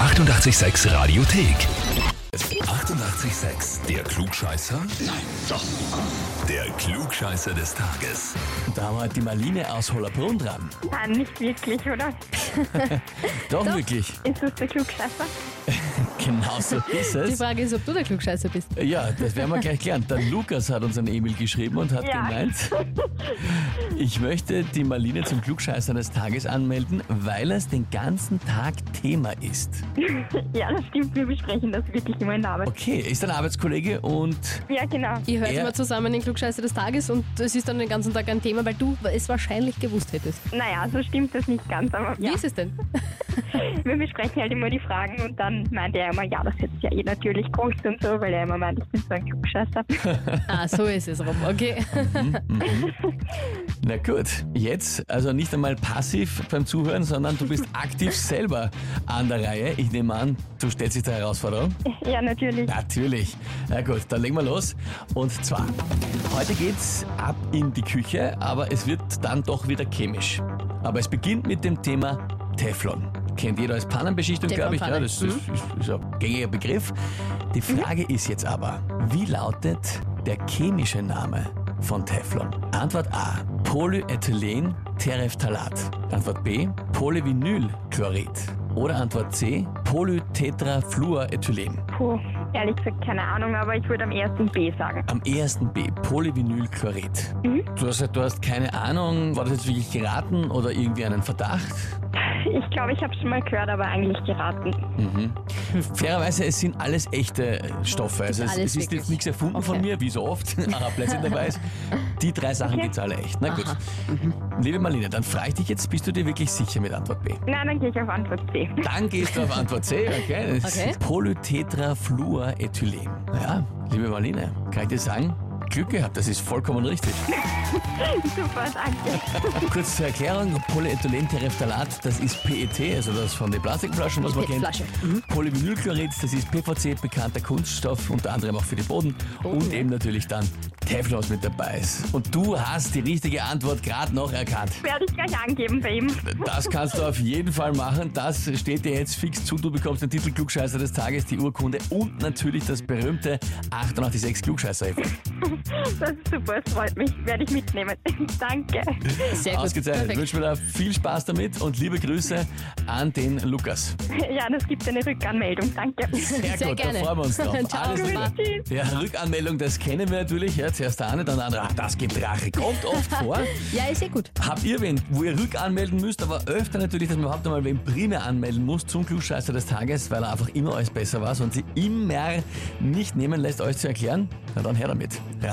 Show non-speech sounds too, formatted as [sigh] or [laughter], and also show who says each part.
Speaker 1: 886 Radiothek. 88,6. Der Klugscheißer? Nein, doch. Der Klugscheißer des Tages.
Speaker 2: Da haben wir die Marlene aus Hollerbrunn dran.
Speaker 3: Ah, nicht wirklich, oder?
Speaker 2: Doch, wirklich.
Speaker 3: Ist das der Klugscheißer?
Speaker 2: Genau so ist
Speaker 4: Die
Speaker 2: es.
Speaker 4: Frage ist, ob du der Klugscheißer bist.
Speaker 2: Ja, das werden wir gleich klären. Der Lukas hat uns an Emil geschrieben und hat
Speaker 3: Ja.
Speaker 2: gemeint, ich möchte die Marlene zum Klugscheißer des Tages anmelden, weil es den ganzen Tag Thema ist.
Speaker 3: ja, das stimmt, wir besprechen das wirklich immer in der Arbeit.
Speaker 2: Okay, ist ein Arbeitskollege und
Speaker 3: Ja, genau.
Speaker 4: Ihr hört
Speaker 2: Er-
Speaker 4: immer zusammen den Klugscheißer des Tages und es ist dann den ganzen Tag ein Thema, weil du es wahrscheinlich gewusst hättest.
Speaker 3: Naja, so stimmt das nicht ganz, aber
Speaker 4: Wie
Speaker 3: ja.
Speaker 4: ist es denn?
Speaker 3: wir besprechen halt immer die Fragen und dann meint er immer, ja, das hätte ja eh natürlich gewusst und so, weil er immer meint, ich bin so ein Klugscheißer.
Speaker 4: Ah, so ist es rum, okay.
Speaker 2: na gut, jetzt also nicht einmal passiv beim Zuhören, sondern du bist aktiv selber an der Reihe. Ich nehme an, du stellst dich der Herausforderung.
Speaker 3: [laughs] ja, natürlich.
Speaker 2: Natürlich. Na gut, dann legen wir los. Und zwar, heute geht's ab in die Küche, aber es wird dann doch wieder chemisch. Aber es beginnt mit dem Thema Teflon. Kennt jeder als Pannenbeschichtung, glaube ich. Ja,
Speaker 4: Teflonpfanne.
Speaker 2: das ist, ist, ist ein gängiger Begriff. Die Frage ist jetzt aber, wie lautet der chemische Name von Teflon? Antwort A. Polyethylen Terephthalat. Antwort B. Polyvinylchlorid. Oder Antwort C. Polytetrafluorethylen.
Speaker 3: Puh, ehrlich gesagt, keine Ahnung, aber ich würde am ersten B sagen.
Speaker 2: Am ersten B, Polyvinylchlorid.
Speaker 3: Mhm.
Speaker 2: Du hast gesagt, du hast keine Ahnung, war das jetzt wirklich geraten oder irgendwie einen Verdacht?
Speaker 3: Ich glaube, ich habe es schon mal gehört, aber eigentlich geraten.
Speaker 2: Mhm. Fairerweise, es sind alles echte Stoffe. Also es,
Speaker 4: Alles
Speaker 2: es ist
Speaker 4: wirklich?
Speaker 2: jetzt nichts erfunden von
Speaker 4: Okay.
Speaker 2: mir, wie so oft, [laughs] Arabplätzchen dabei ist. Die drei Sachen gibt's alle echt. Na gut.
Speaker 4: Aha. Mhm.
Speaker 2: Liebe Marlene, dann frage ich dich jetzt, bist du dir wirklich sicher mit Antwort B?
Speaker 3: Nein, dann gehe ich auf Antwort C. [laughs]
Speaker 2: Dann gehst du auf Antwort
Speaker 4: [laughs]
Speaker 2: C, okay? Das
Speaker 4: Okay.
Speaker 2: ist Polytetrafluorethylen. Ja, liebe Marlene, kann ich dir sagen, Glück gehabt, das ist vollkommen richtig.
Speaker 3: Super, danke.
Speaker 2: Kurz zur Erklärung, Polyethylenterephthalat, das ist PET, also das von den Plastikflaschen, was man
Speaker 4: Die
Speaker 2: kennt.
Speaker 4: Flasche.
Speaker 2: Polyvinylchlorid, das ist PVC, bekannter Kunststoff, unter anderem auch für den Boden.
Speaker 4: Oh.
Speaker 2: und eben natürlich dann Teflon was mit dabei ist. Und du hast die richtige Antwort gerade noch erkannt.
Speaker 3: Werde ich gleich angeben bei ihm. [laughs]
Speaker 2: Das kannst du auf jeden Fall machen. Das steht dir jetzt fix zu. Du bekommst den Titel Klugscheißer des Tages, die Urkunde und natürlich das berühmte 886 klugscheißer -Effekt.
Speaker 3: Das ist super, es freut mich. Werde ich mitnehmen. [laughs] Danke.
Speaker 4: Sehr gut.
Speaker 2: Ausgezeichnet.
Speaker 4: Perfekt.
Speaker 2: Wünsche mir da viel Spaß damit und liebe Grüße an den Lukas.
Speaker 3: [laughs] Ja, das gibt eine Rückanmeldung. Danke.
Speaker 2: Sehr,
Speaker 4: Sehr
Speaker 2: gut,
Speaker 4: gerne.
Speaker 2: da freuen wir uns drauf.
Speaker 4: [laughs] Ciao,
Speaker 2: Alles
Speaker 4: Baba.
Speaker 2: Liebe. Ja, Rückanmeldung, das kennen wir natürlich. Ja, zuerst der eine, dann der andere. Ach, das gibt Rache. Kommt oft
Speaker 4: [laughs]
Speaker 2: vor.
Speaker 4: Ja, ist eh gut.
Speaker 2: Habt ihr wen, wo ihr rückanmelden müsst, aber öfter natürlich, dass man überhaupt einmal wen primär anmelden muss zum Klugscheißer des Tages, weil er einfach immer alles besser war und sie immer nicht nehmen lässt, euch zu erklären? Na dann her damit.